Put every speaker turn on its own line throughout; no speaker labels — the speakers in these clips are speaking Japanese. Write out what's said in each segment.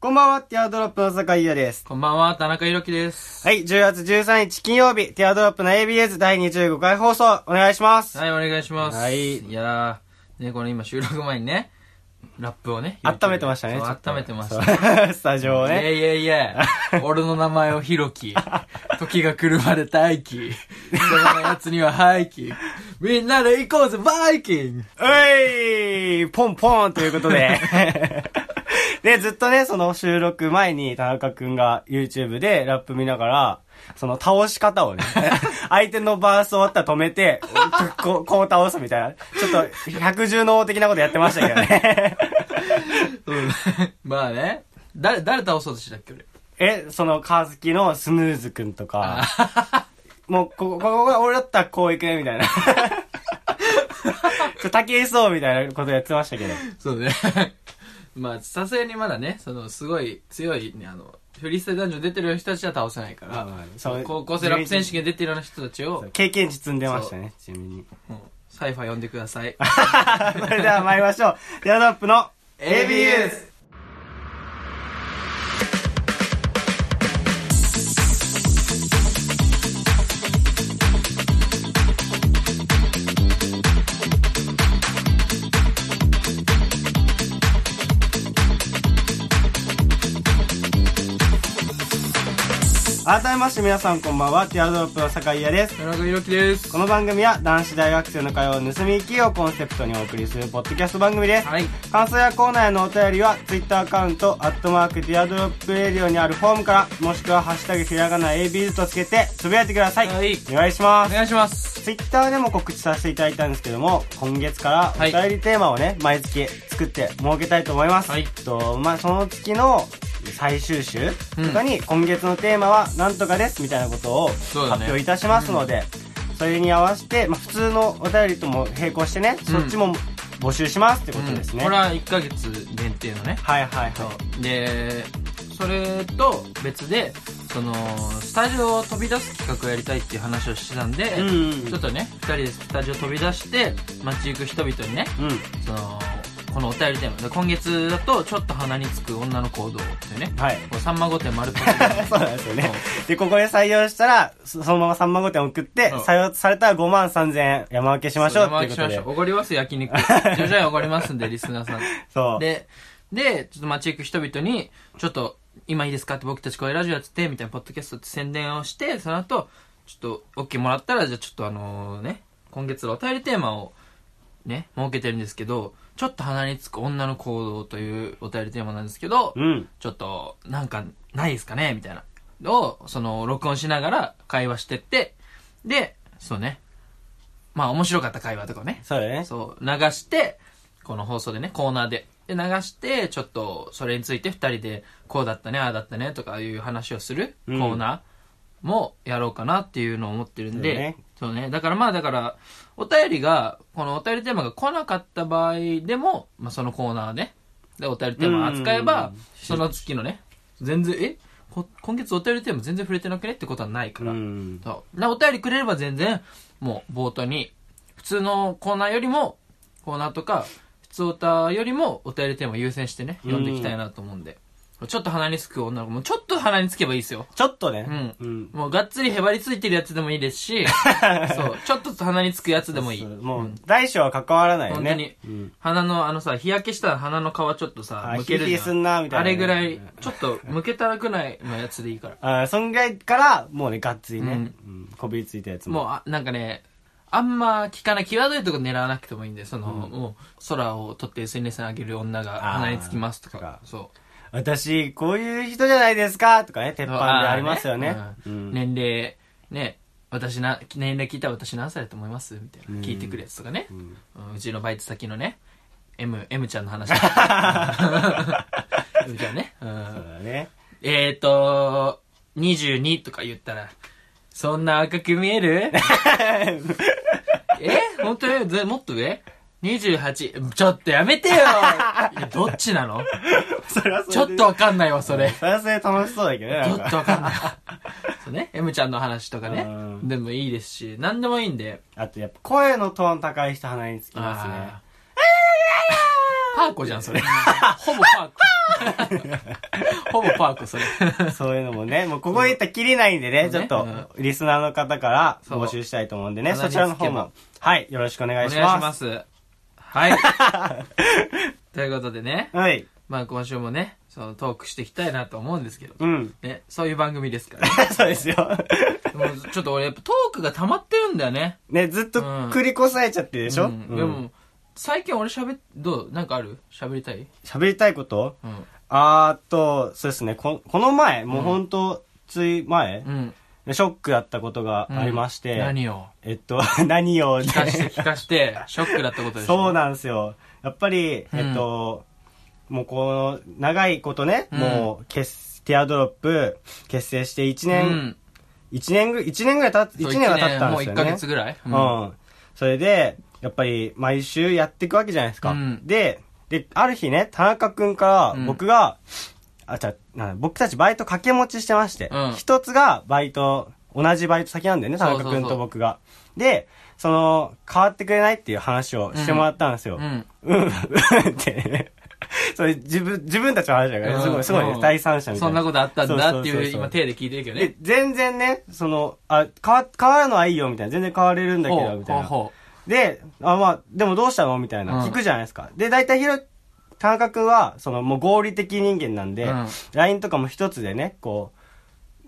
こんばんは、ティアドロップの坂井優です。
こんばんは、田中裕樹です。
はい、10月13日金曜日、ティアドロップの ABS 第25回放送、お願いします。
はい、お願いします。
はい
いやー、ね、この今収録前にね、ラップをね、
温めてましたね、
そう
ちょっと
温めてまし
そう
た。
スタジオを
いや
ね。
いやいや、俺の名前をひ ろき、時が来るまで待機、そのやつには廃棄、みんなで行こうぜ、バイキング
ういポンポンということで。 で、ずっとね、その収録前に田中くんが YouTube でラップ見ながら、その倒し方をね、相手のバース終わったら止めて、こう、 こう倒すみたいな。ちょっと、百獣の王的なことやってましたけどね。
まあね、誰、誰倒そうとしたっけ、俺。
え、その、カズキのスヌーズくんとか、もう、ここ、ここが俺だったらこう行くね、みたいな。 ちょ、竹井壮みたいなことやってましたけど。
そうね。 まあ、さすがにまだね、その、すごい強い、ね、あの、フリースタイル男女出てる人たちは倒せないか
まあ
ら
まあ、そう
高校生ラップ選手権出てるような人たちを、
経験値積んでましたね、ちなみに。
もうサイファー呼んでくだ さい。
それでは参りましょう。ティアドロップの ABS! 改めまして皆さんこんばんは、ティアドロップの坂井優です。
田中裕樹です。
この番組は男子大学生の会話を盗み聞きをコンセプトにお送りするポッドキャスト番組です。
はい。
感想やコーナーへのお便りは、ツイッターアカウント、アットマーク、ディアドロップレディオにあるフォームから、もしくは、ハッシュタグ、ひらがな ABZ とつけて、つぶやいてください。
はい
お願いしま
お
す。
願いします。
ツイッターでも告知させていただいたんですけども、今月から、お
はい
便りテーマをね、毎月作って設けたいと思います。
はい
と、まあ、その月の、最終週とかに、今月のテーマは、なんとかです、みたいなことを発
そうだね
表いたしますので、それに合わせて、まあ、普通のお便りとも並行してね、そっちも募集しますってことですね。
うんこれは1ヶ月限定のね。
はいはいはい。
で、それと別で、その、スタジオを飛び出す企画をやりたいっていう話をしてたんで、
うんうん
ちょっとね、2人でスタジオ飛び出して、街行く人々にね、
うん。
その、このお便りテーマで、今月だと、ちょっと鼻につく女の行動っていうね、
はい。
こうさんま御殿丸っぽく
そうなんですよね。で、ここで採用したら、そそのまま3万5点送って、
うん
採用されたら5万3千円山分けしましょうっていうこと
し
で
ましょ。う。おごりますよ、焼肉。徐々におごりますんで、リスナーさ ん。
そう。
で、で、ちょっと街行く人々に、ちょっと、今いいですかって僕たちこういうラジオやってて、みたいなポッドキャストって宣伝をして、その後、ちょっと、OK もらったら、じゃあちょっとあのね、今月のお便りテーマを、ね、設けてるんですけど、ちょっと鼻につく女の行動というお便りテーマなんですけど、
うん。
ちょっと、なんか、ないですかねみたいな。を、その、録音しながら会話してって、で、そうね。まあ、面白かった会話とかをね。
そうだね。
そう、流して、この放送でね、コーナーで。で、流して、ちょっと、それについて二人で、こうだったね、ああだったね、とかいう話をするコ
うん
ーナーもやろうかなっていうのを思ってるんで、
そうね
そうね。だからまあ、だから、お便りが、このお便りテーマが来なかった場合でも、まあ、そのコーナーで、で、お便りテーマ扱えば、その月のね、全然、えこ今月お便りテーマ全然触れてなくねってことはないか
う
ら、
ん。
そう。なお便りくれれば全然、もう冒頭に、普通のコーナーよりも、コーナーとか、普通オタよりもお便りテーマ優先してね、読んでいきたいなと思うんで。ちょっと鼻につく女の子も、ちょっと鼻につけばいいですよ。
ちょっとね。
うん。もうがっつりへばりついてるやつでもいいで すし、そう、ちょっと鼻につくやつでもいい。
そうもう、大小は関わらないよ
本
ね。
当に、鼻のあのさ、日焼けしたら鼻の皮ちょっとさ
あ、
むけ
ヒ
る
リヒリすんなみたいな
あ
ね
れぐらい、ちょっとむけたらくないのやつでいいから。
あーそんぐらいから、もうね、がっつりね、
う
うんこびりついたやつも。
もうあ、なんかね、あんま聞かない、際どいとこ狙わなくてもいいんで、その、もう、空を撮って SNS に上げる女
あ
が
ー
鼻につきますと
とか
か、そう。
私、こういう人じゃないですかとかね、鉄板でありますよね
あ。ー
う
ねうん
ん
年齢、ね、私な、年齢聞いたら私何歳だと思いますみたいな。聞いてくるやつとかね。うんうちのバイト先のね、M、M ちゃん の話。M ちゃん ね。うん
そうだね。
えーと、22とか言ったら、そんな赤く見えるえ本当にぜもっと上 ?28。ちょっとやめてよいやどっちなの
それはそ
ちょ
れ
っ
で
とわかんないわ、それ。
それはそれで楽しそうだけどね、
ち
な
ょ
んか
っとわかんないわ。そうね。M ちゃんの話とかね
う。ん
でもいいですし、何でもいいんで。
あとやっぱ声のトーン高い人鼻につきますね
あー。パーコじゃん、それ。ほぼパーコ。ほぼパーコ、それ。
そういうのもね、もうここで言ったらきりないんでね、
うん
ちょっと
うん、
リスナーの方から
そう
募集したいと思うんでね、
鼻
そ
に
ちらの方
つけば
も、はい、よろしくお願
お願
い
い
し
し
ま。
ますす。はい。 ということでね、
はい、
まあ今週もね、そのトークしていきたいなと思うんですけど、
うん。
ね、そういう番組ですから。
そうですよ。
もうちょっと俺やっぱトークが溜まってるんだよね。
ね、ずっと繰り越されちゃってるでしょ、
うんで
うん
も、最近俺喋っ、どうなんかある喋りたい
喋りたいこと
うん。
あーっと、そうですね、ここの前、もうほんと、つい前、
うん。
ショックだったことがありまして、
何を
えっと、 何を、ね
聞、かして聞かして、ショックだったことでしょ
そうなんですよ。やっぱり、えっと、もうこの、長いことね、
うん
もう、結、ティアドロップ、結成して1
う
年、
ん。
一年ぐ、一年ぐらい経つ、
そう
一年は経ったんです
一年
よ
もう1ヶ
ね。
月ぐらい
うん。それで、やっぱり、毎週やっていくわけじゃないですか。
うん
で、で、ある日ね、田中くんか
うん
ら、僕が、あ、じゃあな僕たちバイト掛け持ちしてまして
うん、
一、つがバイト、同じバイト先なんだよね、田中くんと僕が。で、その、変わってくれないっていう話をしてもらったんですよ。
うん。
うん、うんってね。それ自分、自分たちの話だから、ね、すごい、すごいね、
うん
第三者みた
そ
い
ん
な。
なことあったんだって
そうそう
い
そう
う、
そう
今、手で聞いてるけど
で
ね。、
全然ね、その、あ、変わ、変わるのはいいよ、みたいな。全然変われるんだけ
ほ
ど、
う
みた
ほう
いな。
ほ
で、あ、まあ、でもどうしたのみたいな。
うん
聞くじゃないですか。で、大体ひろ、田中くんは、その、もう合理的人間なんで、
うん
LINE とかも一つでね、こ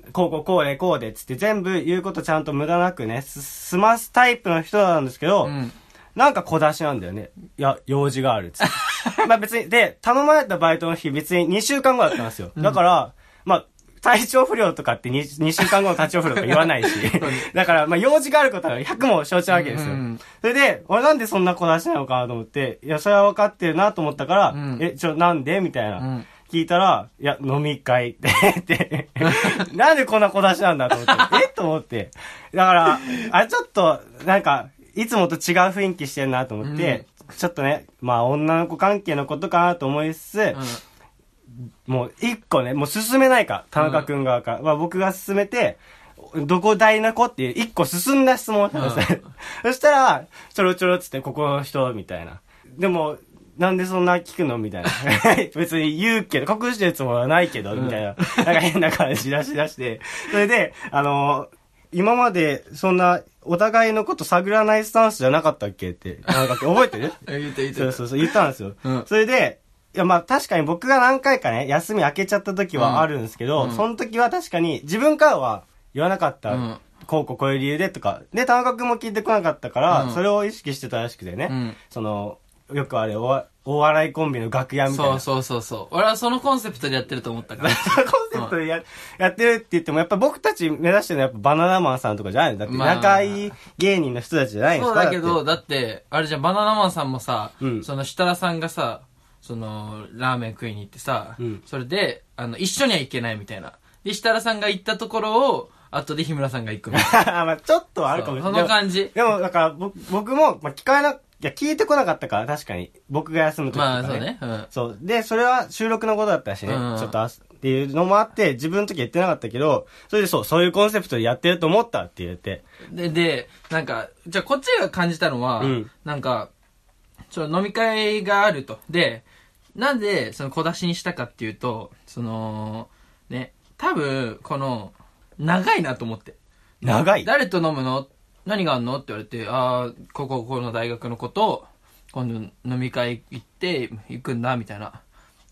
う、こうこうこうでこうでっつって全部言うことちゃんと無駄なくね、す済ますタイプの人なんですけど、
う。うん。
なんか小出しなんだよね。いや、用事があるっつ って。まあ別に、で、頼まれたバイトの日別に2週間後だったんですよ。だから、まあ、体調不良とかって 2, 週間後の体調不良とか言わ ないし。だから、まあ用事があることは100も承知なわけですよ。
うん
それで、俺なんでそんな小出しなのかなと思って、いや、それは分かってるなと思ったから、
うん
え、ちょ、なんでみたいな。
うん
聞いたら、いや、飲み会 って、って、なんでこんな小出しなんだと 思って、えと思って。だから、あ、ちょっと、なんか、いつもと違う雰囲気してんなと思って、ちょっとね、まあ、女の子関係のことかなと思いつつ、もう一個ね、もう進めないか、田中くん側から。まあ僕が進めて、どこ大な子っていう一個進んだ質問をしたんですよ そしたら、ちょろちょろっつって、ここの人、みたいな。でも、なんでそんな聞くのみた いな。別に言うけど、隠してるつもりはないけど、みたいな。なんか変な感じ出し出して。それで、あの今までそんなお互いのこと探らないスタンスじゃなかったっけって、なんか覚えてる
うん。言って言って。
そうそうそう、言ったんですよ。
うん
それで、いやまあ確かに僕が何回かね、休み明けちゃった時はあるんですけど、
うん
その時は確かに自分からは言わなかった。
うん
こうこうこういう理由でとか。で、田中君も聞いてこなかったから、
うん
それを意識してたらしくてね。
うん
その、よくあれおわ、お笑いコンビの楽屋みたい
そう
な。
そうそうそう。俺はそのコンセプトでやってると思ったから。
コンセプトでや,、やってるって言っても、やっぱ僕たち目指してるのはやっぱバナナマンさんとかじゃないのだって
まあ
仲いい芸人の人たちじゃないんで
そ
す
う
か
だけ
って
ど、だって、あれじゃん、バナナマンさんもさ、
うん
その設楽さんがさ、その、ラーメン食いに行ってさ、
うん
それで、あの、一緒には行けないみたいな。で、設楽さんが行ったところを、後で日村さんが行くみたい
まあちょっとは ある
な。
かもしれ
そ
ない。
の感じ。
でも、だから、僕、僕も、まあ、聞かな、いや、聞いてこなかったから、確かに。僕が休む時と
ま
か、ね。
あ、そうね。うん。
そう。で、それは収録のことだったしね。
うん
ちょっとあす、っていうのもあって、自分の時言ってなかったけど、それでそう、そういうコンセプトでやってると思ったって言って。
で、で、なんか、じゃあこっちが感じたのは、
うん
なんか、その飲み会があると。で、なんで、その小出しにしたかっていうと、その、ね、多分、この、長いなと思って。
長い。
誰と飲むの何があんのって言われて、ああ、ここ、ここの大学の子と、今度飲み会行って、行くんだ、みたいな。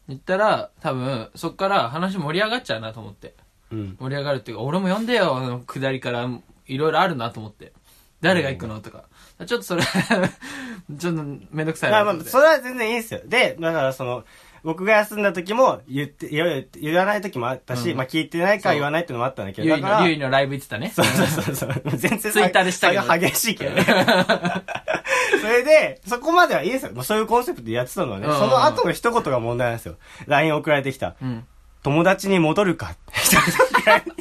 言ったら、多分、そっから話盛り上がっちゃうなと思って。
うん。
盛り上がるっていうか、俺も呼んでよ、あの、下りから、いろいろあるなと思って。誰が行くのとか。ちょっとそれ 、ちょっとめんどくさい
まあ
なと
ま
思っ
あ、
て。
それは全然いいんですよ。で、だからその、僕が休んだ時も、言って、いろいろ言わない時もあったし、
うん
まあ聞いてないから言わないってのもあったんだけど、
ゆ
だ
い
から
の、ゆいのライブ行ってたね。
そうそうそうそう。全然差
ツイッターでしたけど
差が激しいけどね。 それで、そこまではいいですよ。もうそういうコンセプトでやってたのはね、
うん
その後の一言が問題なんですよ。LINE 送られてきた。
うん。
友達に戻るか。一言くらい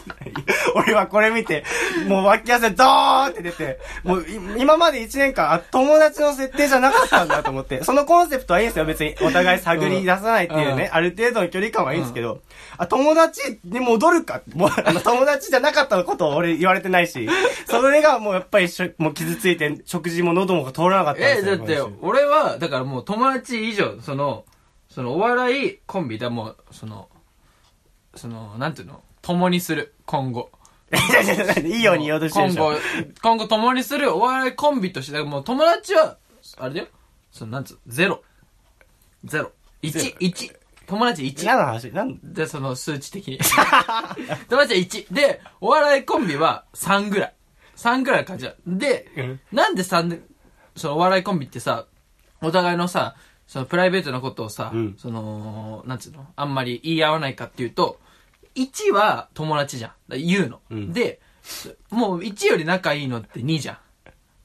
俺はこれ見て、もう脇汗ドーンって出て、もうい今まで1年間、あ、友達の設定じゃなかったんだと思って、そのコンセプトはいいんですよ、別に。お互い探り出さないっていうね、
うん
ある程度の距離感はいいんですけど、あ、友達に戻るか、もう、あの友達じゃなかったことを俺言われてないし、それがもうやっぱりしょ、もう傷ついて、食事も喉も通らなかったんで
え
す
だ
よ。
って
今週
俺はだからもう友達以上そのそのお笑いコンビだもうそのそのなんていうの共にする今後
いやいやいやいいように言おうとしてるでしょ。
今後今後共にするお笑いコンビとしてだからもう友達はあれだよそのなんつうゼロゼロ
ゼロ
一一友達一
何の話何
でその数値的に 友達は1でお笑いコンビは3ぐらい3ぐらいの感じだで、
うん
なんで3でそのお笑いコンビってさお互いのさそのプライベートなことをさ、
うん
そのなんつうのあんまり言い合わないかっていうと1は友達じゃんだ言うの、
うん
でもう1より仲いいのって2じゃ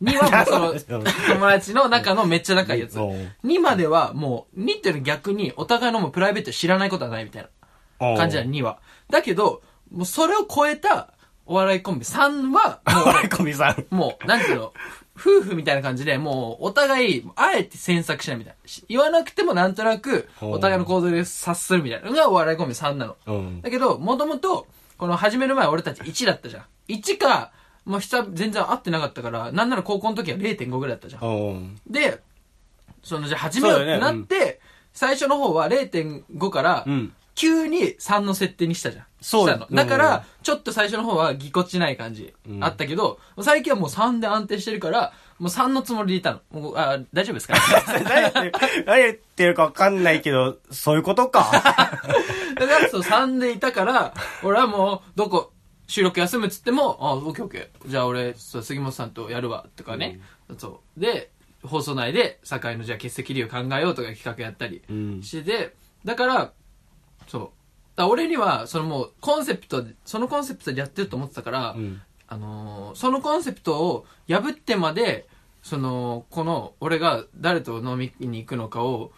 ん2はもうそ
そう
の友達の中のめっちゃ仲いいやつ
うん
2まではもう2っていうのは逆にお互いのもうプライベート知らないことはないみたいな感じなの2は。だけど、もうそれを超えたお笑いコンビ3は、
お笑い コンビさん。
もう、なん ていうの、夫婦みたいな感じで、もう、お互い、あえて詮索しないみたいな。し言わなくてもなんとなく、
ほう
お互いの行動で察するみたいなのがお笑いコンビ3なの。
うん。
だけど、もともと、この始める前俺たち1だったじゃん。1か、もう久々全然会ってなかったから、なんなら高校の時は0.5ぐらいだったじゃん。
うん。
で、その、じゃあ始めようってなって、最初の方は0.5から
うん、
急に3の設定にしたじゃん。
そう
したの
うん
だから、ちょっと最初の方はぎこちない感じ、
うん
あったけど、最近はもう3で安定してるから、もう3のつもりでいたの。もうあ大丈夫ですか
何言ってる、何言ってるか分かんないけど、そういうことか。
だからそう3でいたから、俺はもう、どこ、収録休むっつっても、あ、オッケーオッケー。じゃあ俺、そう杉本さんとやるわ、とかね。そう。で、放送内で、酒井のじゃあ欠席理由考えようとか企画やったり
うん。
してて、だから、そう。だから俺には、そのもう、コンセプトで、そのコンセプトでやってると思ってたから、
うん。
あのーそのコンセプトを破ってまで、その、この、俺が誰と飲みに行くのかを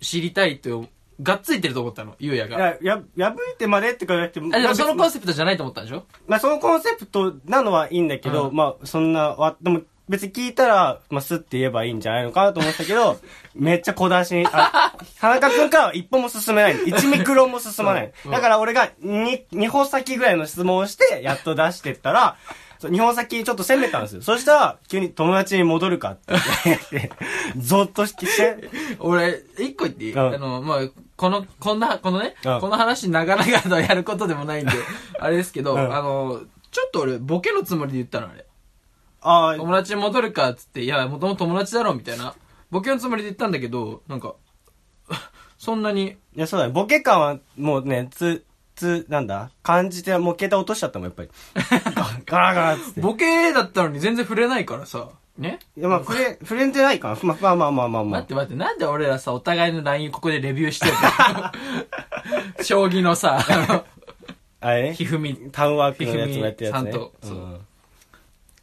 知りたいと、がっついてると思ったの、ゆうや
い
が。
や、や、破いてまでってかじゃなくて、
あで
ま
も
あ
そのコンセプトじゃないと思ったんでしょ
まあそのコンセプトなのはいいんだけど、
う
まあそんな、わでも別に聞いたら、まあスッて言えばいいんじゃないのかなと思ったけど、めっちゃ小出しに、 あ、田中くんからは一歩も進めない。一ミクロンも進まない。
うん
だから俺が二、二歩先ぐらいの質問をして、やっと出してったら、そう二本先ちょっと攻めたんですよ。そしたら、急に友達に戻るかって言 って、ゾッとして、
俺、一個言っていい、
うん
あの、まあ、この、こんな、このね、
うん
この話長々とやることで もないんで、あれですけど、
うん
あの、ちょっと俺、ボケのつもりで言ったの、あれ。
ああ、
友達に戻るかっつって、いや、もともと友達だろ、みたいな。ボケのつもりで言ったんだけど、なんか、 そんなに、
いや、そうだね。ボケ感は、もうね、つ、つ、なんだ感じて、もう携帯落としちゃったもん、や っぱり。ガラガラっつって。
ボケだったのに全然触れないからさ、ね
いや、まあ、触れ、触れてないかな。まあ、まあまあまあまあま
待
あ
っ。て待って、なんで俺らさ、お互いの LINE ここでレビューしてる の将棋のさ、あの
あれ
ひ
ね
ふみ。
タウンワークのやつもやってるやつね。
ひふみさんとそう
うん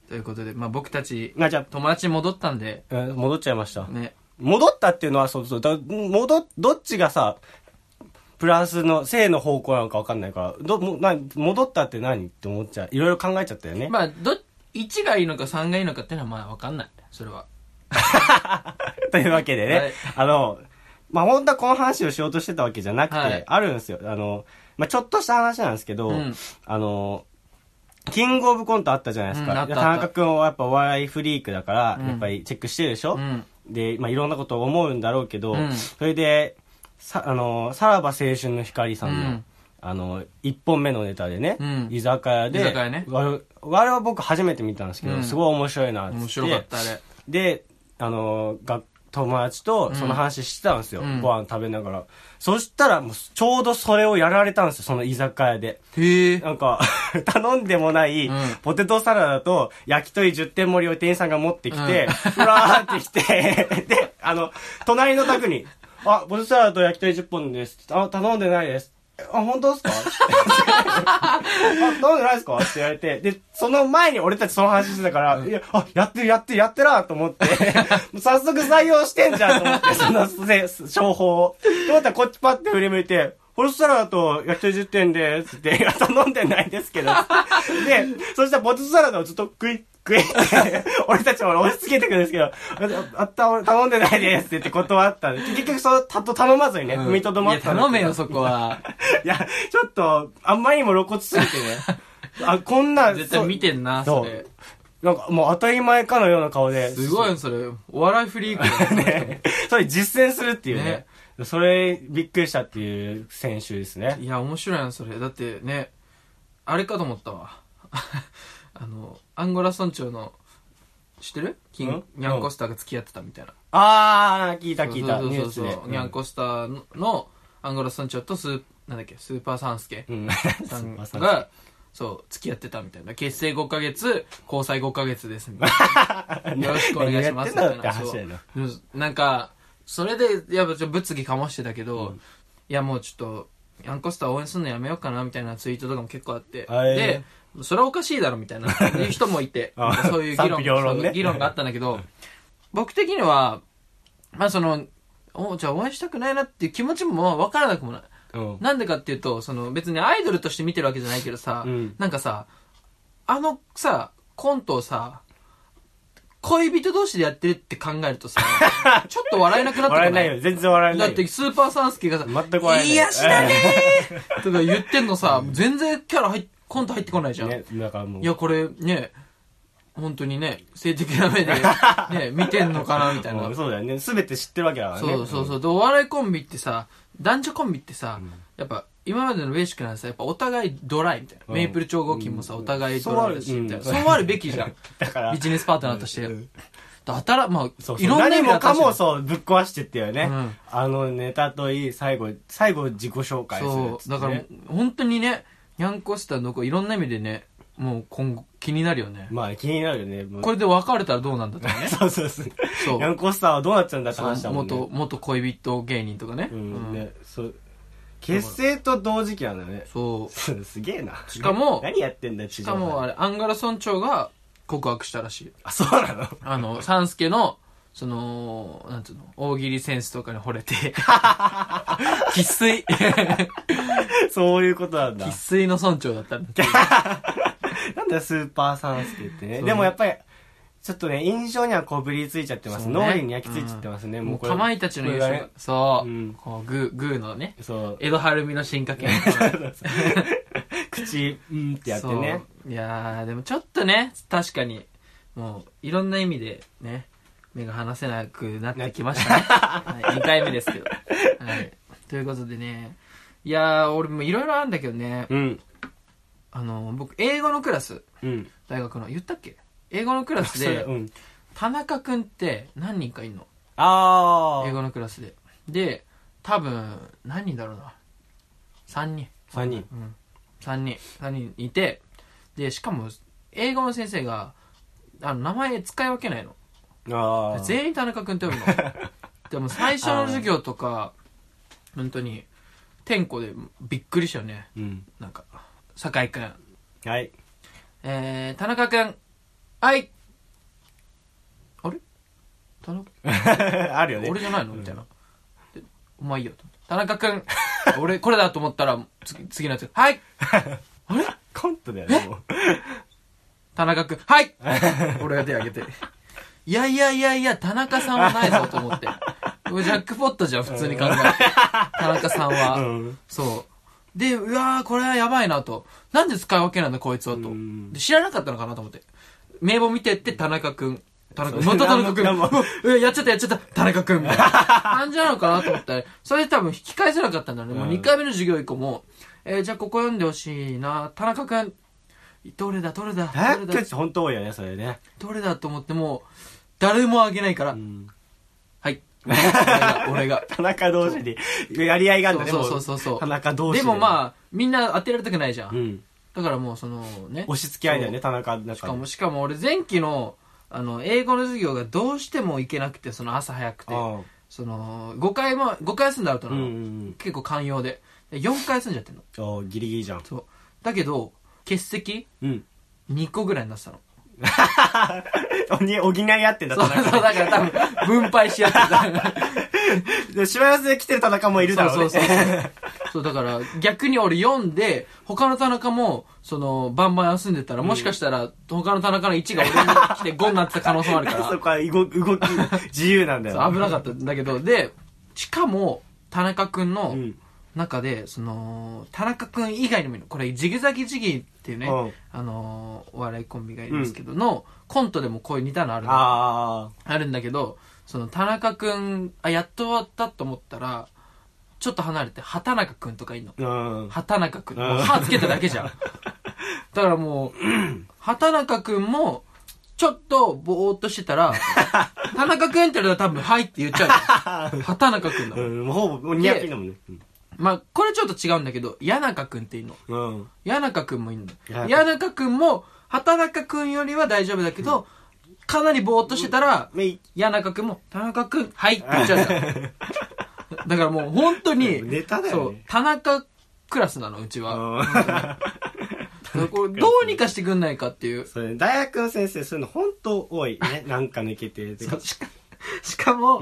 ということで、まあ僕たち、
まあ、じゃ
友達に戻ったんで、
あ、うん戻っちゃいました。
ね、
戻ったっていうのは、そうそう。だ戻っ、どっちがさ、プラスの、正の方向なのか分かんないから、ど、もな戻ったって何って思っちゃう。いろいろ考えちゃったよね。
まあど1がいいのか3がいいのかっていうのはまあ分かんないそれは
というわけでね、
はい
あの、まあ、本当はこの話をしようとしてたわけじゃなくて、
はい
あるんですよ。あの、まあ、ちょっとした話なんですけど、
うん
あの、キングオブコントあったじゃないです
うんあ
か。
っ
で
たあっ
田
た
中君はやっぱお笑いフリークだから、
うん
やっぱりチェックしてるでしょ、
うん
で、まあ、いろんなことを思うんだろうけど、
うん
それで、さ、あの、さらば青春の光さんの、
うん
あの、一本目のネタでね、
うん
居酒屋で、
居酒屋ね
われ我々は僕初めて見たんですけど、
うん
すごい面白いなっつって。
面白かったあれ
で、あのーが、友達とその話してたんですよ。
うん
ご飯食べながら。そしたら、もう、ちょうどそれをやられたんですよ、その居酒屋で。
へえ
なんか、 頼んでもない、
うん
ポテトサラダと、焼き鳥10点盛りを店員さんが持ってきて、うわーってきて、 で、あの、隣の宅に、あ、ポテトサラダと焼き鳥10本です。あ、頼んでないです。えあ、本当ですかあ、頼んでないですかって言われて、で、その前に俺たちその話してたから、いや、あ、やってるやってるやってらーと思 って、もう早速採用してんじゃんと思って、そのせ商法を。と思ったらこっちパッて振り向いて、これそしたらあと、焼き鳥10点で、つって、いや、頼んでないですけど。で、そしたらポテトサラダをずっと食い、食いって、 俺たちも押し付けてくるんですけど、ああった、俺頼んでないですって言って断ったんで、結局その、たと頼まずにね、踏みとどまったんです
いや頼
けど
めよ、そ こは。
いや、ちょっと、あんまりにも露骨すぎてね。あ、こんな、
絶対見てんな、
そ
そうれ。
そうなんかもう当たり前かのような顔で。
すごいよ、それ。お笑いフリークだね。
ね。それ実践するっていうね。それ、びっくりしたっていう 選手ですね。
いや、面白いな、それ。だってね、あれかと思ったわ。 あの、アンゴラ村長の、知ってるキン
ん
ニャンコスターが付き合ってたみたいな。
あー、聞いた聞いた。
そう
ニ
そ
ュ
う
ー
そ
ス
う
で
そう。。ニャンコスターののアンゴラ村長とスー、なんだっけ、スーパーサンスケ
うん。
さん
まさ
が、そう、付き合ってたみたいな。結成5ヶ月、交際5ヶ月ですみたいな。
に
よろしくお願いします
何やってんだって話だよな。
うんなんか、それで、やっぱちょっと物議かもしてたけど、いやもうちょっと、ヤンコスター応援するのやめようかなみたいなツイートとかも結構あって、
はい、
で、それはおかしいだろみたいな、いう人もいて
あ
そういう議
賛
論
否両論ね
そう議論があったんだけど、僕的には、まあその、おじゃあ応援したくないなっていう気持ちもまあ分からなくもない。
うん。
なんでかっていうと、その別にアイドルとして見てるわけじゃないけどさ、
うん
なんかさ、あのさ、コントをさ、恋人同士でやってるって考える とさ、ちょっと笑えなくなって
笑え
く
ないよ。全然笑えな
だ
い
っ
よ。
てスーパーサンスケがさ、
全く笑えない
癒しだね ーとか言ってんのさ、全然キャラ入っコント入ってこないじゃん。
ね、だからもう。
いや、これね、本当にね、性的な目で、 ね、見てんのかなみたいな
うん。そうだよね。すべて知ってるわけだからね。
そうそうそう。で、お笑いコンビってさ、男女コンビってさ、やっぱ、今までのベーシックなさ、やっぱお互いドライみたいな。
うん
メイプル超合金もさ、お互いドライだし、みたいな。
そう
そ
ある
う
うん
あるべきじゃん。
だから
ビ、ジネスパートナーとして。
うん
だたら、まあ、
そうそ
い
う
ろんな意
何
味で
もかも
私は
そうぶっ壊してってよね、
うん
あのネタといい最後最後自己紹介するっ
そ
つ
う。
ってね
だから、本当にね、ニャンコスターの子、いろんな意味でね、もう今後気になるよね。
まあ気になるよねもう
これで別れたらどうなんだとかね。
そう そうそう
そう
ヤンコスターはどうなっちゃうんだって
そう
話だもんね
元、元恋人芸人とかね。
う
うん
んねそう結成と同時期なんだよね
そう。
そうすげえな
しかも
何やってんだよ地
し
上
か
波
も、あれ、アンガラ村長が告白したらしい。
あそうなの
あの、サンスケの、その、なんつうの、大喜利センスとかに惚れて、 喫水、
そういうことなんだ
喫水の村長だったんだって
なんだよスーパーサンスケってね
そう
でもやっぱりちょっとね印象にはこうぶりついちゃってます、
そうね
脳裏に焼き付いちゃってますね、
もう、
こ
かまいたちの優
これ
勝
が
が
ね、
そう、
うん
こう、グー、グーのね、
そう
江戸晴美の 進化系。
口うんってやってね
そう。いやー、でもちょっとね、確かに、もう、いろんな意味で、ね、目が離せなくなってき ましたね。はい、2回目ですけど。はい。ということでね、いやー、俺もいろいろあるんだけどね、
うん
あの、僕、英語のクラス、
うん
大学の言ったっけ英語のクラス
それ
で
うん
田中君って何人かいんの
あ
英
あ
語のクラスでで多分何人だろうな3人
3人
うん3人3人いてでしかも英語の先生があの名前使い分けないの
ああ
全員田中君って呼ぶ のでも最初の授業とか本当に天候でびっくりしたよね
うん
なんか酒井君
はい
えー、田中君はいあれ田中
あるよね
俺じゃないのみたいな。でお前いいよと思って。田中君、俺これだと思ったら、次次のやつ、はい
コントだよねもう
田中君、はい俺が手挙げて。いやいやいやいや、田中さんはないぞと思って。これジャックポットじゃん、普通に考えて。田中さんは。
うん
そう。で、うわー、これはやばいなと。なんで使い分けなんだ、こいつはと
うん。
で知らなかったのかなと思って。名簿見てって、田中くん。田中くん。
そう
また田中くん
なんもなんも。
うわやっちゃった、やっちゃった。田中くん。みたいな感じなのかなと思ったら、それで多分引き返せなかったんだろうね。もう
うん
2回目の授業以降も、えーじゃあここ読んでほしいな。田中くん。どれだ、どれだ、
え
どれ
っ
だ、
て本当多いよねそれね
どれだと思っても、誰もあげないから
う。ん
はい。俺が、俺が。
田中同士にやり合いがあるんだね
そう
も
そうそうそう
田中同士
でも
あ
まあ、みんな当てられたくないじゃん
う。ん
だからもうそのね。
押し付け合いだよね田中なん
しかも、しかも俺前期の、あの、英語の授業がどうしても行けなくて、その朝早くて。
あ
その、5回も、5回休んだ後
あう
なの。
ん
結構寛容で。で4回休んじゃってんの。
あーギリギリじゃん
そう。だけど、欠席
うん
2個ぐらいになってたの。
おに補い合ってんだ
そう
田
そ
中
う、だから多分、分配し合ってた。
でしわ寄せで来てる田中もいるだろうね。
そうそう そう。そう、だから逆に俺読んで、他の田中も、その、バンバン休んでたら、もしかしたら、他の田中の1が俺に来て5になってた可能性もあるから
そ、こは動き、動き自由なんだよ。
そう危なかったんだけど、で、しかも、田中くんの
うん
中で、その、田中くん以外にもいる、これ、ジグザギジギーっていうね、
うん
あのーお笑いコンビがいるんですけど、の、コントでもこういう似たのあるの
あ
あるんだけど、その田中くん、あ、やっと終わったと思ったら、ちょっと離れて、畑中くんとかいんの。
あ、うん。
畑中くん。
うん
もう歯つけただけじゃん。だからもう、 畑中くんも、ちょっとぼーっとしてた ら、田中くんって言ったら多分、はいって言っちゃうよ。畑中くんだも。
うんん、もうほぼ、もうニアピンだもんね。
まあ、これちょっと違うんだけど、谷中くんっていうの。
うん。うん
谷中くんもいるんだ。
谷中
谷中くんも、畑中くんよりは大丈夫だけど、かなりぼーっとしてたら、
めい。
谷中君も、田中君、はいって言っちゃ うから。だからもう本当に、
ネタだよね
そう、田中クラスなの、うち
う
は。
ん
だからこれどうにかしてくんないかっていう。
それ、大学の先生、そういうの本当多い ね。なんか抜けてるって
そうしかしかも、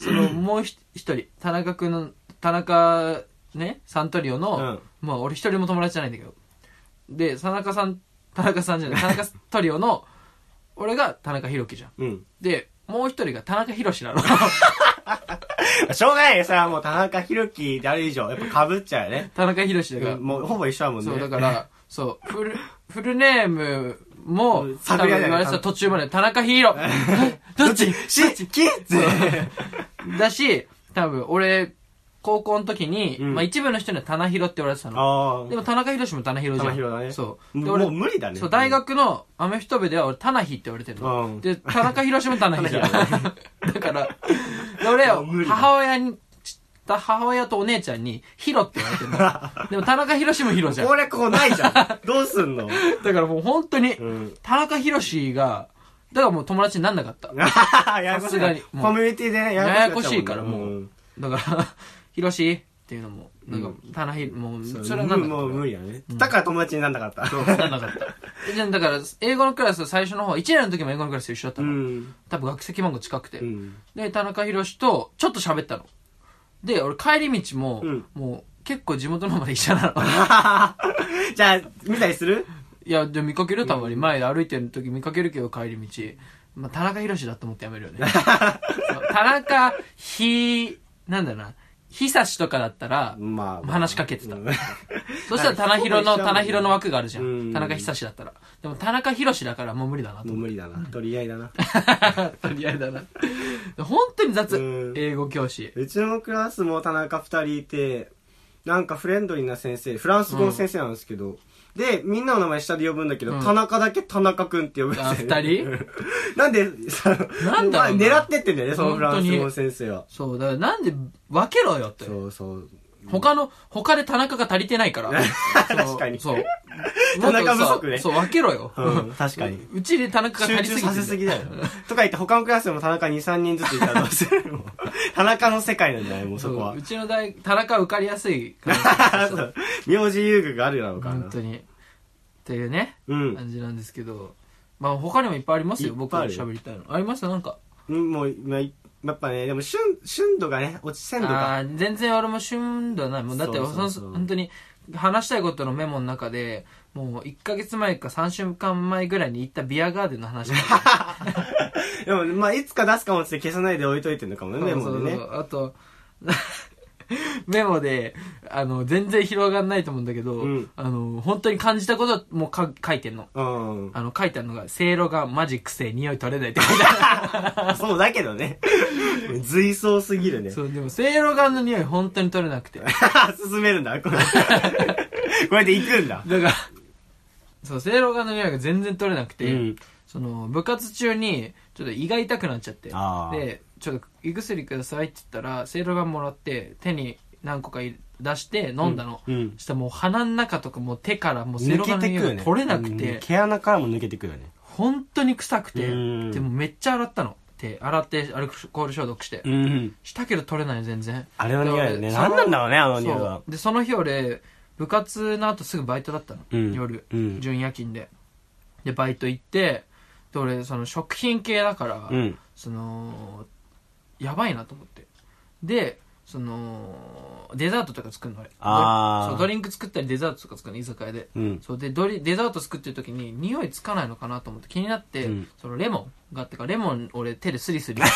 その、もうひ一人、田中君の、田中、ね、サントリオの、まあ俺一人も友達じゃないんだけど。で、田中さん、田中さんじゃない、田中トリオの、俺が田中宏樹じゃん。
うん。
で、もう一人が田中宏なの。
しょうがないよ、それはもう田中宏樹である以上、やっぱ被っちゃうよね。
田中宏だから、
もうほぼ一緒だもんね。
そう、だから、そう、フル、フルネームも
うん、
多
桜
分
井だよ
言われてた途中まで、田中ヒーロー。えどっち
しっきっつ
だし、多分、俺、高校の時に、
うん
まあ一部の人には棚広って言われてたの。
あ
でも田中宏も棚広じゃん。
棚広だね
そう。で、
も
俺
う、無理だね。
そう、大学のアメフト部では俺、棚ヒって言われてる
う
の。
ん
で、田中広も棚ヒじゃん。 だから、で俺
もう無理だ
母親に、母親とお姉ちゃんに、ヒロって言われてるの。 でも田中広もヒロじゃん。
攻略法ないじゃん。どうすんの
だからもう本当に、
うん。
田中宏が、だからもう友達になんなかった。
ややこしいな。
さすがにもう
コミュニティでね、
ややこしいから
ややこしい
もう。だから、 宏っていうのも、なんか、田中宏、もう、
うん
それはなんな
もう
か
無
っ
理だね。だから友達になんなかった。
た。 なんなかった。でだから、英語のクラス最初の方、1年の時も英語のクラス一緒だった
う
の。
ん。
多分学籍番号近くて。
うん。
で、田中宏と、ちょっと喋ったの。で、俺帰り道も、
うん
もう、結構地元の方まで一緒なの。
じゃあ、見たりする
いや、でも見かけるよたまに。前で歩いてる時見かけるけど、帰り道。まあ、田中宏だと思ってやめ るよね。そう田中、ひ、なんだろうな、ひさしとかだったら、
まあ。
話しかけてた
うん
そしたら田中宏の、田中宏の枠があるじゃ。
うんん
田中ひさしだったら。でも田中宏だからもう無理だな
もう無理だな。取り合いだな。
と。 とりあえずだな。本当に雑
う。ん
英語教師。
うちのクラスも田中二人いて、なんかフレンドリーな先生、フランス語の先生なんですけど、で、みんなの名前下で呼ぶんだけど、
うん
田中だけ田中くんって呼ぶんですよ
あ二人
なんで、さ、
なんだろうな
まあ狙ってってんだよね、そのフランス語の先生は。
そう、だからなんで分けろよって。
そうそう。
他の、他で田中が足りてないから。
確かに
そう。そ
田
う
中不足ね
そう、分けろよ。
うん、確かに。
うちで田中が
集
足
中
りすぎて
さ
ん
せすぎ
だよ
だ よ。とか言って他のクラスでも田中2、3人ずついたらどうする の田中の世界なんじゃないもうそこは
うう。ちの大田中受かりやすいか ら
そう名字遊具があるだろうから
本
な
当。にっていうね
うん。
感じなんですけどまあ他にもいっぱいありますよ
いっ
僕
ぱい
が
あるよ
喋りたいのありますなんか
うんもう、まあ、やっぱね、でも、旬、旬度がね、落ち鮮度が。
あー全然俺も旬度はないもうだって
そうそうそう
その本当に話したいことのメモの中でもう1ヶ月前か3週間前ぐらいに行ったビアガーデンの話とか
でも、まあ、いつか出すかもって消さないで置いといてるのかも ね、メ
そ
モ
う
でね
そう そ。うあとメモであの全然広がんないと思うんだけど、
うん
あの本当に感じたことはもうか書いてんの
うん。
あの、書いてあるのが、せいろがマジくせえ、匂い取れないって書いてあ
そうだけどね。 随想すぎる ね
る。。そう、でも、せいろがの匂い本当に取れなくて。だか
進めるんだ、これ。これで行くんだ。
ら、そう、せいろがの匂いが全然取れなくて、
うん
その、部活中に、ちょっと胃が痛くなっちゃって
あ、ー
で、ちょっと胃薬くださいって言ったら、せいろがもらって、手に何個かい出して飲んだの。
うんうん
そしたらもう鼻の中とかもう手からもうせい
抜
ろが
け
の
て
匂
くよ
い
ね。
が取れなく
うん
て、
毛穴からも抜けてくよね。
本当に臭くて、
うん
でもめっちゃ洗ったの。手、洗って、アルコール消毒して。
うん。
したけど取れない全然
あれの匂いだよね。
だから
何なんだろうね、あ
そ
の
う
匂いは。
でその日俺部活の後すぐバイトだったの、
うん
夜、
うん
純夜勤ででバイト行ってで俺その食品系だから、
うん。
そのやばいなと思ってで、その、デザートとか作るの、俺。
あー
そう、ドリンク作ったりデザートとか作るの、居酒屋で。
うん。
そうでドリデザート作ってる時に匂いつかないのかなと思って気になって、
うん
そのレモンがあってからレモン俺手でスリス リして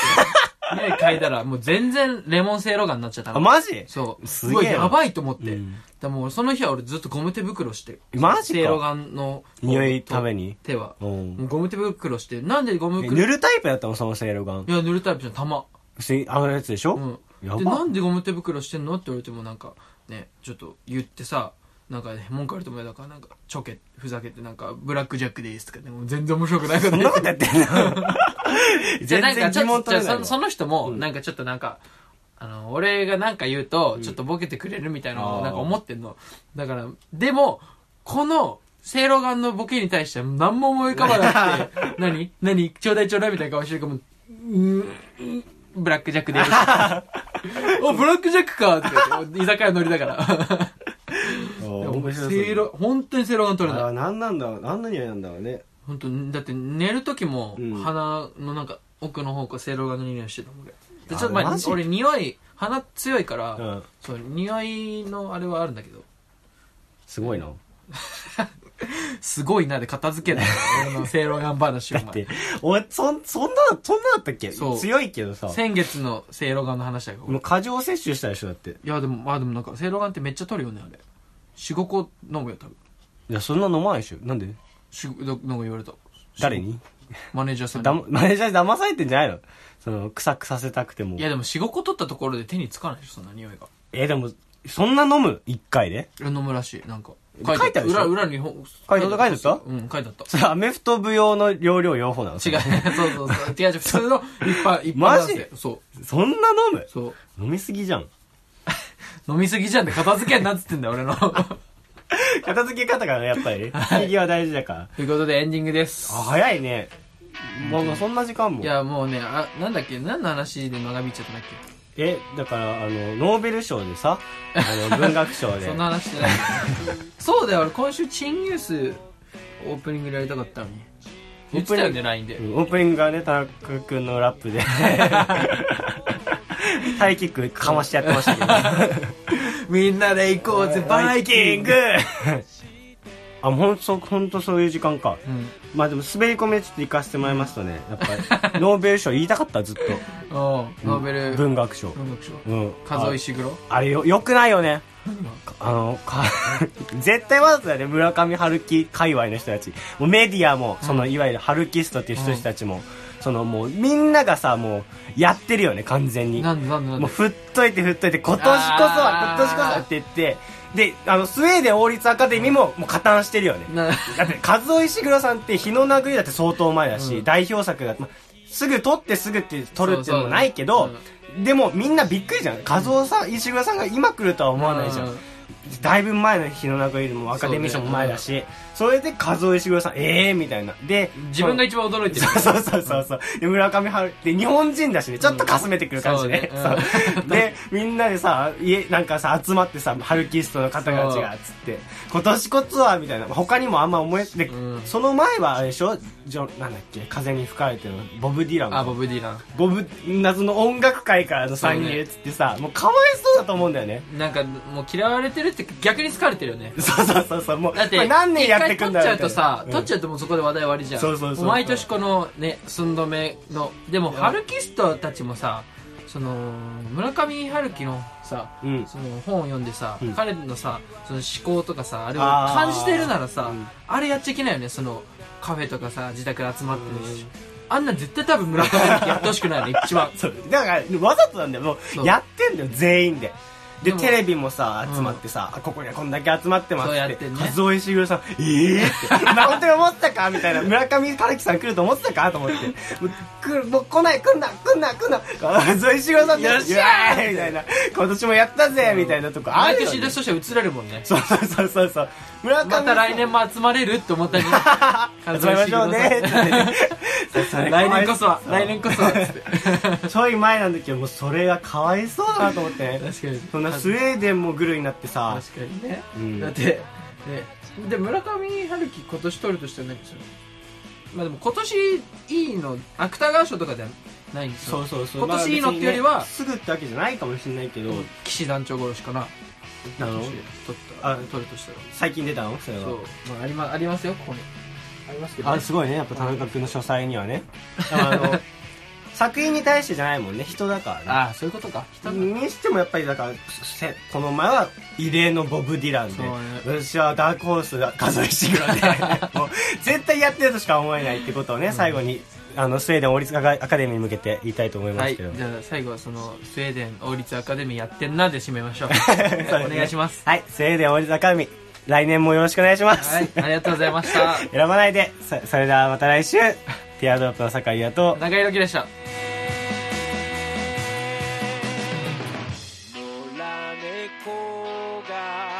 匂い嗅いだらもう全然レモン性ロガになっちゃった
あ、
の、
マジ
そう
す
す
げえ
ごいやばいと思って、
うん
だからもうその日は俺ずっとゴム手袋して
マジか
性ロガンの
匂いために
手は
うん
もうゴム手袋してなんでゴム
え
袋
塗るタイプやったのそのセイロガン
い。や塗るタイプじゃん玉
普通にあのやつでしょ
う
や
ん、でな
ば。
んでゴム手袋してんのって言われてもなんかねちょっと言ってさなんか、ね、文句あると思うだからなんかちょけふざけてなんか「ブラックジャックです」とかねもう全然面白くないから
そん
ね
なことやってんの
じゃあ
全
なんか
然
ちょ
疑
っ
問
とじ
取れな
ゃあ
い
そ
わ。
その人もなんかちょっとなんか、あの俺がなんか言うとちょっとボケてくれるみたいなの
あ
を
ー
なんか思ってんの、だからでもこのセイロガンのボケに対しては何も思い浮かばな くて何何ちょうだいちょうだいみたいな顔してるからもううんうんブラックジャッ クですおブラックジャックかって 言って居酒屋のりだから
おー面白そう
セイロ本当にセイロガン取れ
あ
な
ー
い
なんなんだろう何の匂いなんだろうね。
本当にだって寝る時も
うん
鼻のなんか奥の方からセイロガンの匂いしてたもん俺で
あ
ちょっとまあ
マジ
俺匂い鼻強いか
う
ら、
ん。
そう匂いのあれはあるんだけど
すごいな。
すごいなで片付 けない俺のセイロガン話をお
だっ
前
て、俺、そん、そんな、そんなだったっけ
そう
強いけどさ。
先月のセイロガンの話だよ
もう過剰摂取したでしょ、だって。い
いやでもまあでもなんかセイロガンってめっちゃ取るよねあれ45個飲むよ多分
や、そんな飲まないでしょ。なんで
しなんか言われた
誰に
マネージャーさん
だ
に
まマネージャーに騙されてんじゃないのその、臭くさせたくても
い。やでも45個取ったところで手につかないでしょそんな匂いが
え、でも、そんな飲む一回で
飲むらしいなんか
書いてあるでしょ
裏裏にほ
書いてあった書いてあった
うん書いてあった
それ、アメフト舞踊の容量用法なの
違う。そうそうそう。違う違う。普通の一般、一般
マ
男
ジ
性。そう。
そんな飲む
そう。
飲みすぎじゃん。
飲みすぎじゃんって片付けんなっつってんだよ、俺の。と
片付け方がね、やっぱり。礼儀は大事だから。
いう ことでエンディングです
あ、。早いね。まあまあ、そんな時間も
い。や、もうね、あ、なんだっけ、何の話で長引いちゃったんだっ
え、だから、あの、ノーベル賞でさ、あ の、文学賞
け。
で
そん。な話して ない。そうだよ、俺今週チンニュースオープニングでやりたかったのに。言ってたよね、LINE で
う。んオープニングがね、田中くんのラッ プで。タイキックかましてやってましたけど。
みんなで行こうぜ、バイキング
あ、ほんと、ほんとそういう時間か。
うん。
まあでも滑り込みはちょっと行かせてもらいますとね、やっ ぱり、ノーベル賞言いたかった、ずっと。
おうノーベル
文学賞。
文学賞。
うん。
数
あ
井石黒
あれよ、よくないよね。
何が
あの、か、 絶対わざだね、村上春樹界隈の人たち。もうメディアも、その、いわゆる春キストっていう人たちも、そのもう、みんながさ、もう、やってるよね、完全に。
なんでなんでなん
もう
で
振っといて振っといて、今年こそは、
あー
今年こそはって言って、で、あの、スウェーデン王立アカデミーも、もう加担してるよね。
な
だって、カズオイシグラさんって、日の殴りだって相当前だし、
うん
代表作だますぐ撮ってすぐって撮るっていうのもないけど、
そうそう
でもみんなびっくりじゃん。カズオさん、石黒さんが今来るとは思わないじゃん。
うん
だいぶ前の日の殴りでもアカデミー賞も前だし、それでカズオイシグラさん、ええー、みたいな。で、
自分が一番驚いてる。
そうそうそうそう。で、村上春樹って日本人だしね、ちょっとかすめてくる感じね。
うん
そ
そううね
で、みんなでさ、家、なんかさ、集まってさ、春キストの方々が、つって、今年こそは、みたいな。他にもあんま思い、で、
うん
その前は、あれでしょジョン、なんだっけ、風に吹かれてるボブ・ディラン
あ、
が
ボ。ブ・ディラン。
ボブ、謎の音楽界からの参入っつってさ、もうかわいそうだと思うんだよね。
なんかもう嫌われてるって逆に疲れてるよね
そうそうそうそう、もう、
だって
これ何年やってくんだろ
一回取っちゃうとさ、取っちゃうともうそこで話題終わりじゃん
そうそうそうそう
も毎年このね寸止めのでもハルキストたちもさその村上春樹のさ、
うん
その本を読んでさ、
うん
彼のさその思考とかさあれを
あー
感じてるならさあ,、
うん
れやっちゃいけないよねそのカフェとかさ自宅で集まってるし、あんなん絶対多分村上春樹やってほしくないよね一番
そうだからわざとなんだよも
そう
やってんだよ全員でで
でも
テレビもさ集まってさ、あここにはこんだけ集まってます
そうや
っ
っ
て
てね
数尾石黒さん「ええー?」 って「本当に思ってたか?」みたいな村上春樹さん来ると思ってたかと思って「もう来るもう来ない来んな来んな来んな数尾石黒さん
よっしゃー
イエーイみたいな「今年もやったぜ」みたいなとこあ
毎
るよ、
年
ね、
年としては映れるもんね
そうそうそうそうそう村上さ
ま
ん
た来年も集まれるって思ったり
集まりましょうねって言ってね それ
来年こそは
かわい
来年こそはつって
ちょい前なんだけどもうそれがかわいそうだなと思ってね
確かに
そんなスウェーデンもグルになってさ
確かにね、
うん
だってねで村上春樹今年取るとしたら何するまあでも今年いいの芥川賞とかでないんですよ
そうそうそう
今年いいのってより
まあ
は
別にねすぐってわけじゃないかもしれないけど、
騎士団長頃しかな
あの
取った
あ
取るとしたら
最近出たのそれは
そう、まあ、ありまありますよここにありますけど、ね、
あすごいねやっぱ田中君の書斎には ねあの作品に対してじゃないもんね人だからね
あそういうことか人が
にしてもやっぱりだからせこの前は異例のボブ・ディランで、
そうね
私はダークホースが数えしてくる でもう絶対やってるとしか思えないってことをね、最後にあのスウェーデン王立アカデミーに向けて言いたいと思いま
は
す
い
け
じ
ど、
ゃあ最後はそのスウェーデン王立アカデミーやってんなで締めま しょう
ね
お願いします
はい、スウェーデン王立アカデミー来年もよろしくお願いします、
はいありがとうございました
選ばないでそそれではまた来週ティアドロップの酒井だと
中井宏樹でした
野良猫が